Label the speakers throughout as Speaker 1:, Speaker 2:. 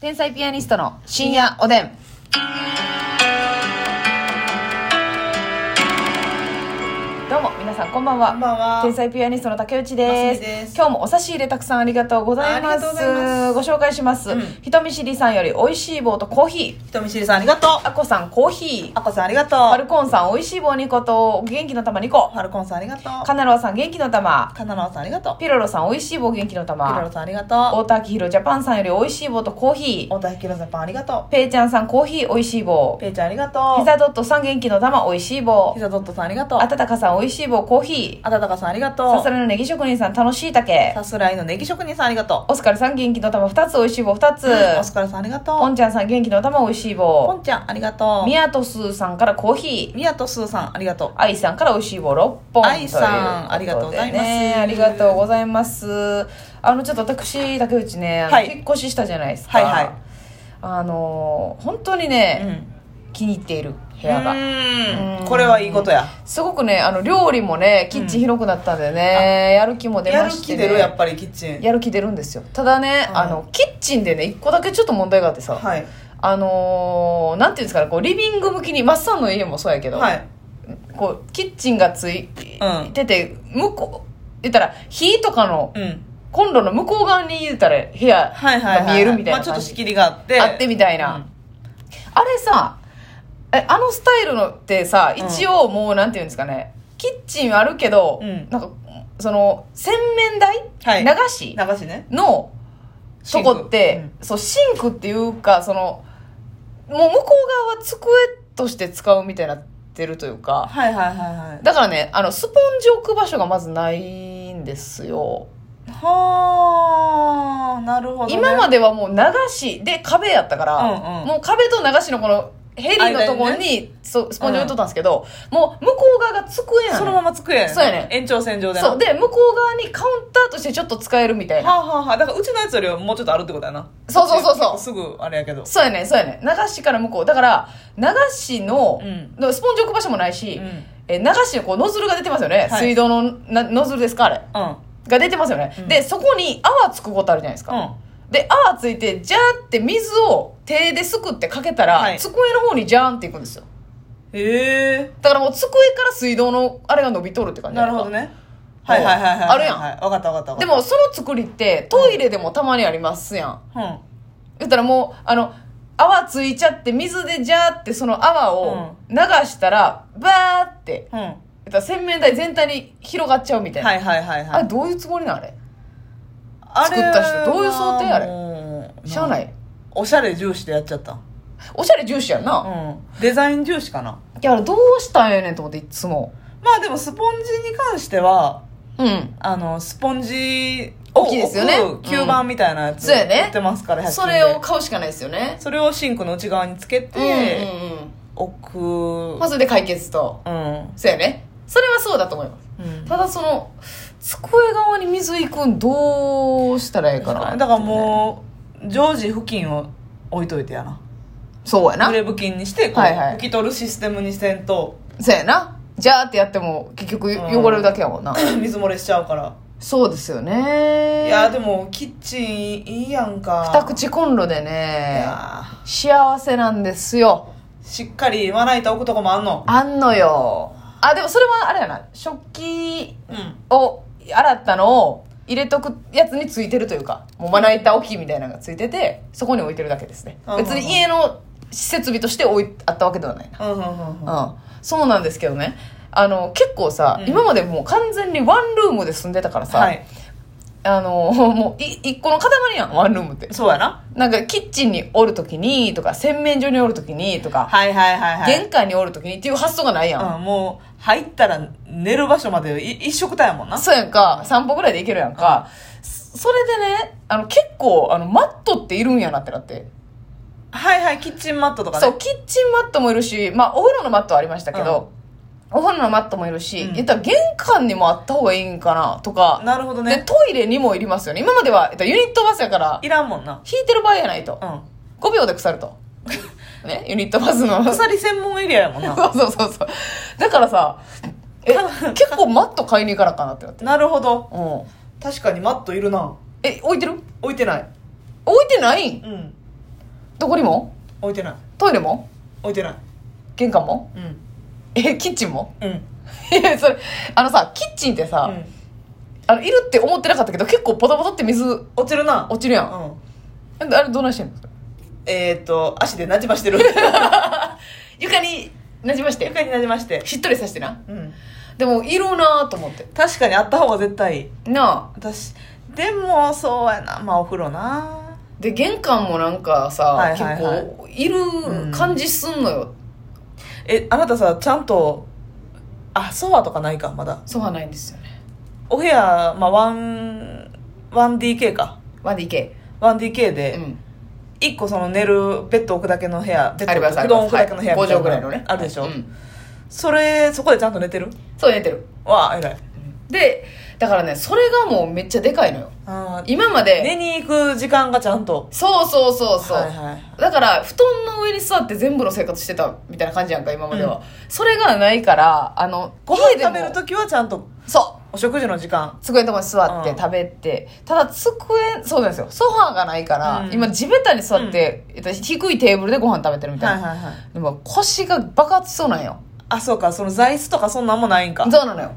Speaker 1: 天才ピアニストの深夜おでん。どうも皆さんこんばんは。
Speaker 2: こんばんは
Speaker 1: 天才ピアニストの竹内です。
Speaker 2: ますみです
Speaker 1: 今日もお差し入れたくさんありがとうございます。
Speaker 2: ありがとうございます
Speaker 1: ご紹介します。
Speaker 2: うん
Speaker 1: 人見知りさんより美味しい棒とコーヒー。
Speaker 2: 人見知りさんありがとう
Speaker 1: あこさんコーヒー。
Speaker 2: あこさんありがとう
Speaker 1: ファルコーンさん美味しい棒2個と元気の玉2個。
Speaker 2: ファルコンさんありがとう
Speaker 1: カナロアさん元気の玉。
Speaker 2: カナナワさんありがとうピ
Speaker 1: ピロロさん美味しい棒元気の
Speaker 2: ロロ
Speaker 1: 玉。
Speaker 2: さんありが
Speaker 1: 大
Speaker 2: と
Speaker 1: 田明宏ジャパンさんより美味しい棒とコーヒ
Speaker 2: う
Speaker 1: ー。
Speaker 2: 太田ひきろさんパンありがと
Speaker 1: ペイちゃんさんコーヒー美味しい棒
Speaker 2: う。ペイちゃんありがとう
Speaker 1: ピザドットさん元気の玉美味しい棒
Speaker 2: ひ。ざドットさんありがとう
Speaker 1: あたたかさん美味しい棒コーヒ
Speaker 2: あたたかさんありが
Speaker 1: ー。
Speaker 2: と
Speaker 1: さす
Speaker 2: う
Speaker 1: らいのネギ職人さん楽しいたけ。
Speaker 2: さすらいのネギ職人さんありがと
Speaker 1: オスカルさん元気の玉2つ美味しい棒2
Speaker 2: ううんオス
Speaker 1: つ。
Speaker 2: カルさんありが
Speaker 1: ポ
Speaker 2: と
Speaker 1: ン
Speaker 2: う
Speaker 1: ちゃんさん元気の玉美味しい
Speaker 2: ポ
Speaker 1: 棒。
Speaker 2: ンちゃんありがとう
Speaker 1: ミヤトスーさんからコーヒー。
Speaker 2: みやとすーさんありがとう
Speaker 1: アイさんから美味しい棒6本。
Speaker 2: アイさん
Speaker 1: ということで
Speaker 2: ありがとうございます
Speaker 1: ありがとうございます。あの、ちょっと私、竹内ね、あの
Speaker 2: はい
Speaker 1: 引っ越ししたじゃないですか。
Speaker 2: はいはい
Speaker 1: あの、本当に
Speaker 2: う
Speaker 1: ね、
Speaker 2: ん
Speaker 1: 気に入っている部
Speaker 2: う
Speaker 1: 屋が。
Speaker 2: ーんこれはいいことや
Speaker 1: すごくねあの料理もねキッチン広くなったんでね、やる気も出
Speaker 2: や
Speaker 1: ま
Speaker 2: る
Speaker 1: して、
Speaker 2: 気
Speaker 1: ね、
Speaker 2: 出るやっぱりキッチン
Speaker 1: やる気出るんですよただね、
Speaker 2: うん
Speaker 1: あのキッチンでね一個だけちょっと問題があってさ、
Speaker 2: はい
Speaker 1: あのーなんていうんですかねこうリビング向きにマッサンの家もそうやけど、
Speaker 2: はい
Speaker 1: こうキッチンがつい
Speaker 2: うん
Speaker 1: てて、向こう言ったら火とかの
Speaker 2: うん
Speaker 1: コンロの向こう側に言ったら部屋
Speaker 2: はいは
Speaker 1: が
Speaker 2: いはい
Speaker 1: 見えるみたい
Speaker 2: まあ
Speaker 1: な
Speaker 2: ちょっ
Speaker 1: 感
Speaker 2: と仕
Speaker 1: じ、
Speaker 2: 切りがあって
Speaker 1: あってみたいな、
Speaker 2: うん
Speaker 1: あれさえあのスタイルのってさ
Speaker 2: うん
Speaker 1: 一応もうなんていうんですかね、キッチンあるけど、
Speaker 2: うん
Speaker 1: なんかその洗面台、
Speaker 2: はい
Speaker 1: 流し
Speaker 2: 流しね
Speaker 1: のとこって
Speaker 2: シンク
Speaker 1: そうシンクっていうかそのもう向こう側は机として使うみたいになってるというか
Speaker 2: はいはいはいはい
Speaker 1: だからねあのスポンジ置く場所がまずないんですよ、
Speaker 2: はあなるほど、ね、
Speaker 1: 今まではもう流しで壁やったから、
Speaker 2: うんうん
Speaker 1: もう壁と流しのこのヘリのところ
Speaker 2: 間
Speaker 1: にそうスポンジ置いとったんですけど、もう向こう側が机やねん
Speaker 2: そのまま机やねんな
Speaker 1: そうやねん
Speaker 2: 延長線上でな
Speaker 1: そうで向こう側にカウンターとしてちょっと使えるみたい
Speaker 2: は
Speaker 1: な
Speaker 2: あ、はあはあ、だからうちのやつよりはもうちょっとあるってことやな
Speaker 1: そうそうそうそう
Speaker 2: ちすぐあれやけど
Speaker 1: そうやねんそうやねん流しから向こうだから流しの、
Speaker 2: うん
Speaker 1: だからスポンジ置く場所もないし、
Speaker 2: うん
Speaker 1: え流しのこうノズルが出てますよね、
Speaker 2: はい
Speaker 1: 水道のなノズルですかあれ
Speaker 2: うん
Speaker 1: が出てますよね、
Speaker 2: うん
Speaker 1: でそこに泡つくことあるじゃないですか、
Speaker 2: うん
Speaker 1: で泡ついてジャーって水を手ですくってかけたら、
Speaker 2: はい
Speaker 1: 机の方にジャーンっていくんですよ
Speaker 2: へえ
Speaker 1: だからもう机から水道のあれが伸びとるって感じじゃ
Speaker 2: ない
Speaker 1: ですか
Speaker 2: るほどねはいはいはいはい
Speaker 1: あるやん
Speaker 2: はい分かった分かった分かった
Speaker 1: でもその作りってトイレでもたまにありますやん
Speaker 2: うん
Speaker 1: 言ったらもうあの泡ついちゃって水でジャーってその泡を流したら、バーって
Speaker 2: うん
Speaker 1: 言ったら洗面台全体に広がっちゃうみたいな、
Speaker 2: はいはいはいは
Speaker 1: あれ
Speaker 2: い
Speaker 1: どういうつもりなんあれ
Speaker 2: あれ
Speaker 1: 作った人どういう想定あれ
Speaker 2: れ
Speaker 1: しゃあない
Speaker 2: おしゃれ重視でやっちゃった
Speaker 1: おしゃれ重視やんな、い
Speaker 2: うんデザイン重視かな
Speaker 1: やあれどうしたんやねんと思っていつも
Speaker 2: まあでもスポンジに関しては
Speaker 1: うん
Speaker 2: あのスポンジ
Speaker 1: 大きいですよね
Speaker 2: 吸盤みたいなやつ
Speaker 1: うんそうやね
Speaker 2: 売ってますから、100均
Speaker 1: それを買うしかないですよね
Speaker 2: でそれをシンクの内側につけ
Speaker 1: うんうん
Speaker 2: て
Speaker 1: うん
Speaker 2: 置く、
Speaker 1: まあそれで解決と
Speaker 2: うん、
Speaker 1: そうやねそれはそうだと思います
Speaker 2: うん、
Speaker 1: ただその机側に水いくんどうしたらええかな
Speaker 2: だからもう常時付近を置いといてやな
Speaker 1: うそうやな
Speaker 2: 濡れ布巾にしてこう、
Speaker 1: はいはい
Speaker 2: 拭き取るシステムにせ んと
Speaker 1: そうやなじゃーってやっても結局
Speaker 2: うん
Speaker 1: 汚れるだけやもんな、
Speaker 2: 水漏れしちゃうから、
Speaker 1: そうですよね
Speaker 2: いやでもキッチンいいやんか
Speaker 1: 二口コンロで
Speaker 2: い
Speaker 1: ね
Speaker 2: や
Speaker 1: 幸せなんですよ
Speaker 2: しっかりまな板置くとこもあんの
Speaker 1: あんのよあでもそれはあれやな食器
Speaker 2: うん
Speaker 1: を洗ったのを入れとくやつについてるというかもうまな板置きみたいなのがついててそこに置いてるだけですね
Speaker 2: うん
Speaker 1: 別に家の設備として置いあったわけではないな
Speaker 2: うんうんうんうん
Speaker 1: うん、そうなんですけどねあの結構さ、
Speaker 2: うん
Speaker 1: 今までもう完全にワンルームで住んでたからさ、
Speaker 2: はい
Speaker 1: あのもうい一個の塊やんワンルームって
Speaker 2: そうやな
Speaker 1: なんかキッチンにおる時にとか洗面所におる時にとか、
Speaker 2: はいはいはいはい
Speaker 1: 玄関におる時にっていう発想がないやん、
Speaker 2: うん、もう入ったら寝る場所までい一緒くたやもんな
Speaker 1: そうやんか散歩ぐらいで行けるやんか、そそれでねあの結構あのマットっているんやなってなって、
Speaker 2: はいはいキッチンマットとかね
Speaker 1: そうキッチンマットもいるし、まあ、お風呂のマットはありましたけど、お風呂のマットもいるし、
Speaker 2: うん
Speaker 1: 言ったら玄関にもあった方がいいんかなとか
Speaker 2: なるほど
Speaker 1: で
Speaker 2: ね
Speaker 1: トイレにもいりますよね今までは、えっと、ユニットバスやから
Speaker 2: いらんもんな
Speaker 1: 引いてる場合やないと
Speaker 2: うん
Speaker 1: 5秒で腐ると ねユニットバスのそう
Speaker 2: 鎖専門エリアやもんな
Speaker 1: そうそうそうだからさえ結構マット買いに行かなあかんなってなって
Speaker 2: なるほど
Speaker 1: うん
Speaker 2: 確かにマットいるな
Speaker 1: え置いてる
Speaker 2: 置いてない
Speaker 1: 置いてないん
Speaker 2: うん
Speaker 1: どこにも
Speaker 2: 置いてない
Speaker 1: トイレも
Speaker 2: 置いてない
Speaker 1: 玄関も
Speaker 2: うん
Speaker 1: えキッチンも
Speaker 2: うん
Speaker 1: いやそれあのさキッチンってさ、
Speaker 2: うん
Speaker 1: あのいるって思ってなかったけど結構ポタポタって水落
Speaker 2: 落ちるな
Speaker 1: ちるやん、
Speaker 2: うん
Speaker 1: あれどうなんしてんの
Speaker 2: えーっと足でなじ ましてる
Speaker 1: 床になじまして
Speaker 2: 床になじまして
Speaker 1: しっとりさしてな
Speaker 2: うん
Speaker 1: でもいるなと思って
Speaker 2: 確かにあった方が絶対いい
Speaker 1: なあ
Speaker 2: 私でもそうやなまあお風呂な
Speaker 1: で玄関もなんかさ、
Speaker 2: はいはいはい
Speaker 1: 結構いる感じすんのよ、
Speaker 2: えあなたさちゃんとあソファーとかないかまだ
Speaker 1: ソファないんですよね
Speaker 2: お部屋、まあ、ワン 1DK か
Speaker 1: 1DK
Speaker 2: 1DK
Speaker 1: う
Speaker 2: で
Speaker 1: ん
Speaker 2: 1個その寝るベッド置くだけの部屋ベッ
Speaker 1: あり
Speaker 2: ド
Speaker 1: ますあ
Speaker 2: 置
Speaker 1: ります
Speaker 2: く置くだけの部屋
Speaker 1: は
Speaker 2: み
Speaker 1: い
Speaker 2: たい
Speaker 1: 5畳
Speaker 2: な
Speaker 1: ぐらいのね
Speaker 2: あるでしょ、
Speaker 1: うん
Speaker 2: それそこでちゃんと寝てる
Speaker 1: そう寝てる
Speaker 2: わあ偉い
Speaker 1: でだからねそれがもうめっちゃでかいのよ
Speaker 2: あー
Speaker 1: 今まで、
Speaker 2: 寝に行く時間がちゃんと
Speaker 1: そうそうそうそう、
Speaker 2: はいはい
Speaker 1: だから布団の上に座って全部の生活してたみたいな感じやんか今までは、それがないからあの
Speaker 2: ご飯食べ
Speaker 1: 家
Speaker 2: る
Speaker 1: でも
Speaker 2: 時はちゃんと
Speaker 1: そう
Speaker 2: お食事の時間
Speaker 1: 机のとこに座って
Speaker 2: うん
Speaker 1: 食べて、ただ机そうなんですよソファーがないから、
Speaker 2: うん
Speaker 1: 今地べたに座って、えっと低いテーブルでご飯食べてるみたい
Speaker 2: はい
Speaker 1: な、
Speaker 2: はいはい
Speaker 1: でも腰が爆発しそうなんよ
Speaker 2: あそうかその座椅子とかそんなんもないんか
Speaker 1: そうなのよ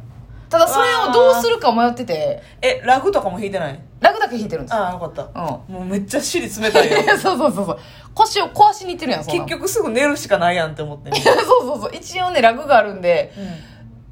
Speaker 1: ただそれをどうするか迷ってて
Speaker 2: えラグとかも引いてない
Speaker 1: ラグだけ引いてるんですよ
Speaker 2: ああよかった
Speaker 1: うん
Speaker 2: もうめっちゃ尻冷たいよ
Speaker 1: そうそうそうそう腰を壊しにいってる やんそんな
Speaker 2: 結
Speaker 1: ん
Speaker 2: 局すぐ寝るしかないやんって思ってんねん、
Speaker 1: そうそうそう一応ねラグがあるんで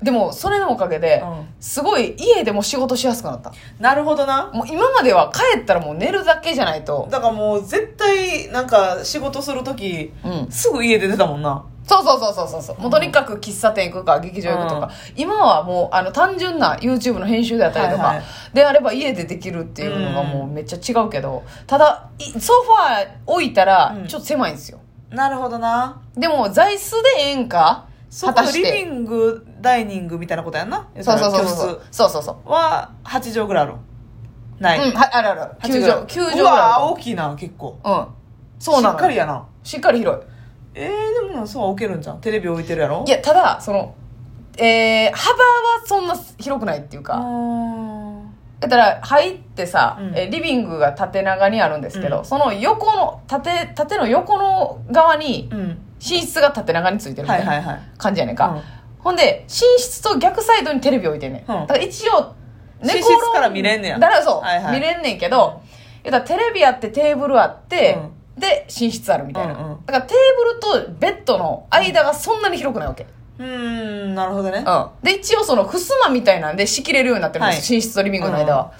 Speaker 1: でもそれのおかげで、
Speaker 2: うん
Speaker 1: すごい家でも仕事しやすくなった
Speaker 2: なるほどな
Speaker 1: もう今までは帰ったらもう寝るだけじゃないと
Speaker 2: だからもう絶対なんか仕事する時
Speaker 1: うん
Speaker 2: すぐ家出てたもんな
Speaker 1: そうそうそうそうそうそう、もうとにかく喫茶店行くか劇場行くとか、今はもうあの単純な YouTube の編集であったりとか、
Speaker 2: はいはい
Speaker 1: であれば家でできるっていうのが
Speaker 2: うん
Speaker 1: もうめっちゃ違うけどただいソファー置いたら
Speaker 2: うん
Speaker 1: ちょっと狭いんですよ、
Speaker 2: なるほどな
Speaker 1: でも座椅子でええんか
Speaker 2: そ
Speaker 1: 果
Speaker 2: こ
Speaker 1: た
Speaker 2: の
Speaker 1: し
Speaker 2: リビ
Speaker 1: て
Speaker 2: ングダイニングみたいなことやんな
Speaker 1: そうそうそう
Speaker 2: 教
Speaker 1: そう
Speaker 2: 室
Speaker 1: そうそうそう
Speaker 2: は8畳ぐらいあるない、
Speaker 1: うんはいあるある
Speaker 2: 八
Speaker 1: 球場球場
Speaker 2: うわー
Speaker 1: ある
Speaker 2: 大きいな結構
Speaker 1: うんそうなの
Speaker 2: しっかりやな
Speaker 1: しっかり広い
Speaker 2: えー、でもそうは置けるんじゃんテレビ置いてるやろ
Speaker 1: いやただそのえー、幅はそんな広くないっていう
Speaker 2: あ
Speaker 1: か
Speaker 2: ー
Speaker 1: だから入ってさ、
Speaker 2: うん
Speaker 1: えーリビングが縦長にあるんですけど、
Speaker 2: うん
Speaker 1: その横の縦縦の横の側に
Speaker 2: うん
Speaker 1: 寝室が縦長についてるみ
Speaker 2: は
Speaker 1: た
Speaker 2: い
Speaker 1: いな
Speaker 2: はいはい
Speaker 1: 感じやねんか、
Speaker 2: か
Speaker 1: ほんで寝室と逆サイドにテレビ置いてんねん、
Speaker 2: ん
Speaker 1: だから一応
Speaker 2: 寝
Speaker 1: 転ん
Speaker 2: 室から見れんねや
Speaker 1: だからそう、
Speaker 2: はいは
Speaker 1: 見
Speaker 2: い
Speaker 1: れんねんけど、言うたらテレビあってテーブルあって、で寝室あるみたいな、
Speaker 2: うんうん
Speaker 1: だからテーブルとベッドの間がそんなに広くないわけ、
Speaker 2: うーんなるほどね
Speaker 1: うん、で一応その襖みたいなんで仕切れるようになってるんです、
Speaker 2: は
Speaker 1: 寝室とリビングの間は、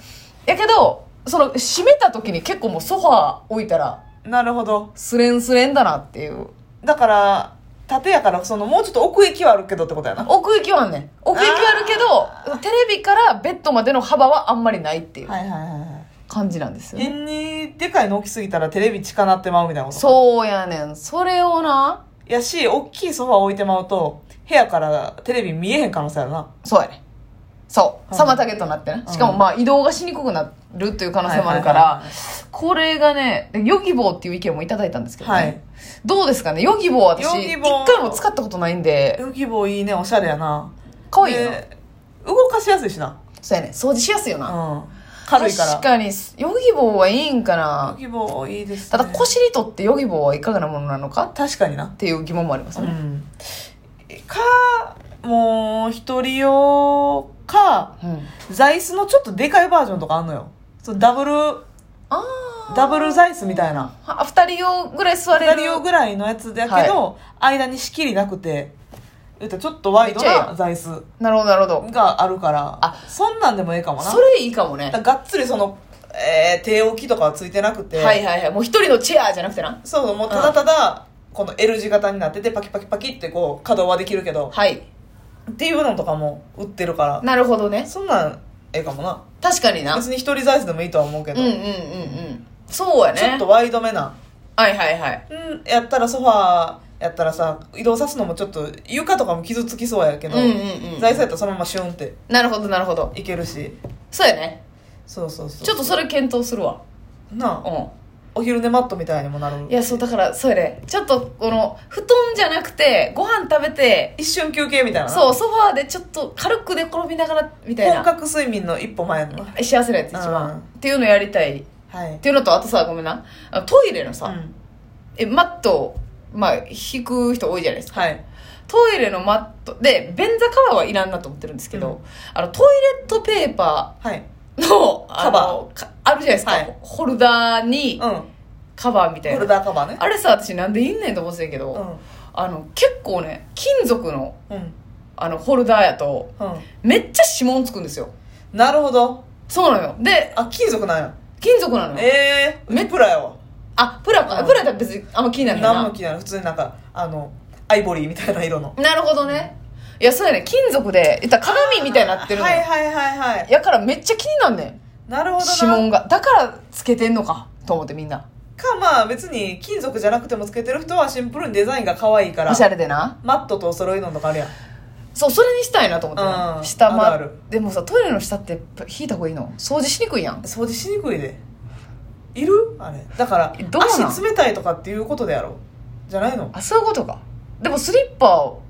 Speaker 1: やけどその閉めた時に結構もうソファー置いたら
Speaker 2: なるほど
Speaker 1: スレンスレンだなっていう
Speaker 2: だから縦やからそのもうちょっと奥行きはあるけどってことやな
Speaker 1: 奥行きはあんねん奥行きはあるけどテレビからベッドまでの幅はあんまりないっていう
Speaker 2: はいはいは
Speaker 1: 感じなんですよ、ね
Speaker 2: 変にでかいの置きすぎたらテレビ近なってまうみたいなこと
Speaker 1: そうやねんそれをな
Speaker 2: やし大きいソファー置いてまうと部屋からテレビ見えへん可能性あるな
Speaker 1: そうやねんそう
Speaker 2: うん
Speaker 1: 妨げとなってねしかもまあ移動がしにくくなるっていう可能性もあるか
Speaker 2: はい
Speaker 1: ら
Speaker 2: はいはい
Speaker 1: これがねでヨギボーっていう意見もいただいたんですけどね、
Speaker 2: はい
Speaker 1: どうですかねヨギボー私
Speaker 2: ヨギ
Speaker 1: 一
Speaker 2: ボー
Speaker 1: 回も使ったことないんで
Speaker 2: ヨギボーいいねおしゃれやな
Speaker 1: 可愛いよな
Speaker 2: で動かしやすいしな
Speaker 1: そうやね掃除しやすいよ
Speaker 2: う
Speaker 1: なん
Speaker 2: 軽いから
Speaker 1: 確かにヨギボーはいいんか
Speaker 2: ヨ
Speaker 1: な
Speaker 2: ギボーいいです、ね、
Speaker 1: ただ腰にとってヨギボーはいかがなものなのか
Speaker 2: 確かにな
Speaker 1: っていう疑問もあります
Speaker 2: う
Speaker 1: ね、
Speaker 2: んかもう一人用か
Speaker 1: うん
Speaker 2: 座椅子のちょっとでかいバージョンとかあんのよそうダブル
Speaker 1: ああ
Speaker 2: ダブル座椅子みたいな
Speaker 1: あ2人用ぐらい座れる
Speaker 2: 2人用ぐらいのやつだけど、間に仕切りなくて言うたらちょっとワイド
Speaker 1: めっちゃええや
Speaker 2: な座椅子
Speaker 1: なるほどなるほど
Speaker 2: があるから
Speaker 1: あ
Speaker 2: そんなんでもええかもな
Speaker 1: それいいかもね
Speaker 2: だからがっつりその、えー手置きとかはついてなくて、
Speaker 1: はいはいはいもう一人のチェアじゃなくてな
Speaker 2: そうそうもうただただ、この L 字型になっててパキパキパキってこう稼働はできるけど
Speaker 1: はい
Speaker 2: っていうのとかも売ってるから
Speaker 1: なるほどね
Speaker 2: そんなんええかもな
Speaker 1: 確かにな
Speaker 2: 別に一人サイズでもいいとは思うけ
Speaker 1: う
Speaker 2: ど、
Speaker 1: んうんうんうんそうやね
Speaker 2: ちょっとワイドめな、
Speaker 1: はいはいはい
Speaker 2: うん、やったらソファーやったらさ移動さすのもちょっと床とかも傷つきそうやけど、
Speaker 1: うんうんうん
Speaker 2: 座椅子やったらそのままシュンって
Speaker 1: なるほどなるほど
Speaker 2: いけるし
Speaker 1: そうやね
Speaker 2: そうそうそう
Speaker 1: ちょっとそれ検討するわ
Speaker 2: なあ
Speaker 1: う
Speaker 2: お昼寝マットみたいにもなる
Speaker 1: んいやそうだからそうやねちょっとこの布団じゃなくてご飯食べて
Speaker 2: 一瞬休憩みたいな
Speaker 1: そうソファーでちょっと軽く寝転びながらみたい
Speaker 2: 本
Speaker 1: な
Speaker 2: 格睡眠の一歩前やな
Speaker 1: 幸せなやつ一
Speaker 2: う
Speaker 1: 番
Speaker 2: ん
Speaker 1: っていうのやりたいっ
Speaker 2: はい
Speaker 1: ていうのとあとさごめんなあのトイレのさ、
Speaker 2: うん
Speaker 1: えマットを、まあ、引く人多いじゃないですか
Speaker 2: はい。
Speaker 1: トイレのマットで便座カバーはいらんなと思ってるんですけど、
Speaker 2: うん
Speaker 1: あのトイレットペーパ
Speaker 2: はい。
Speaker 1: ーの
Speaker 2: カバ
Speaker 1: ーああるじゃないですか、
Speaker 2: はい
Speaker 1: ホルダーに
Speaker 2: うん。
Speaker 1: カバーみたい
Speaker 2: ホ
Speaker 1: な
Speaker 2: ルダーカバーね。
Speaker 1: あれさ私なんでいんねんと思ってたんやけど、
Speaker 2: う
Speaker 1: あの結構ね金属の
Speaker 2: ん。うん。
Speaker 1: あのホルダーやと
Speaker 2: う
Speaker 1: めっちゃ指紋つくんですよ
Speaker 2: ん。なるほど。
Speaker 1: そうなのよで
Speaker 2: あ、金属なんや。
Speaker 1: 金属なのよ
Speaker 2: ええ
Speaker 1: め
Speaker 2: プラやわ。
Speaker 1: あプラか
Speaker 2: うん
Speaker 1: プラだったら別にあんま気になる
Speaker 2: 何も
Speaker 1: な
Speaker 2: 気になる。普通になんか、あの、アイボリーみたいな色の。
Speaker 1: なるほどねいやそうやね金属で言ったら鏡みたいになってるの
Speaker 2: はい
Speaker 1: よ
Speaker 2: はいはいはい。
Speaker 1: やからめっちゃ気になんねん
Speaker 2: なるほどな。
Speaker 1: 指紋がだからつけてんのかと思ってみんな
Speaker 2: か、まあ別に金属じゃなくてもつけてる人はシンプルにデザインが可愛いから
Speaker 1: おし。ゃれでな
Speaker 2: マットとお揃いのとかあるやん。
Speaker 1: そうそれにしたいなと思ってな
Speaker 2: うん
Speaker 1: 下ま
Speaker 2: あるある
Speaker 1: でもさトイレの下って引いた方がいいの掃除しにくいやん
Speaker 2: 掃除しにくいで。いるあれ。だから
Speaker 1: え、どうなん
Speaker 2: 足冷たいとかっていうことでやろじゃないの
Speaker 1: あそういうことかでもスリッパを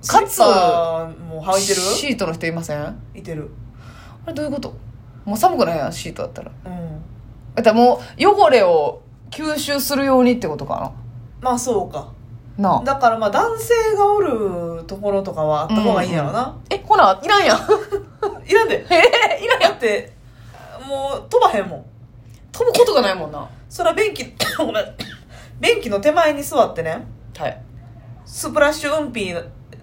Speaker 2: スリ
Speaker 1: かつ
Speaker 2: ッパーも履いてる
Speaker 1: シートの人いませんあ
Speaker 2: いてる。
Speaker 1: れどういうこともう寒くないやんシートだったら
Speaker 2: うん。
Speaker 1: だからもう汚れを吸収するようにってことか
Speaker 2: まあそうか。
Speaker 1: ななあ
Speaker 2: だからまあ男性がおるところとかはあった方がいいんやろな、
Speaker 1: えほないらん やん
Speaker 2: いらんで
Speaker 1: えいらんや
Speaker 2: だ
Speaker 1: ん
Speaker 2: ってもう飛ばへんもん
Speaker 1: 飛ぶことがないもんな
Speaker 2: そら便器 ごめん便器の手前に座ってね
Speaker 1: はい
Speaker 2: スプラッシュうんぴ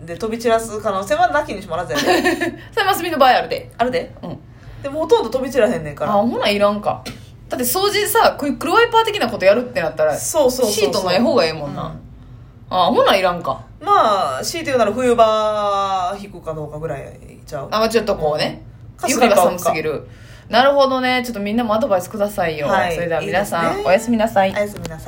Speaker 2: で飛び散らす可能性はなきにしもあらずやで
Speaker 1: それマスミの場合あるで
Speaker 2: あるで
Speaker 1: うん
Speaker 2: でもほとんど飛び散らへんねんか
Speaker 1: あ
Speaker 2: ら
Speaker 1: ほないらんかだって掃除さクイックルワイパー的なことやるってなったら
Speaker 2: そうそうそうそう
Speaker 1: シートない方がええもんな、あほないらんか
Speaker 2: うんまあ強いて言うなら冬場引くかどうかぐらいちゃう
Speaker 1: あまあちょっとこうね、
Speaker 2: うん
Speaker 1: 床が寒すぎるなるほどねちょっとみんなもアドバイスくださいよ、
Speaker 2: はい
Speaker 1: それでは皆さん
Speaker 2: いいですね
Speaker 1: おやすみなさい
Speaker 2: おやすみなさい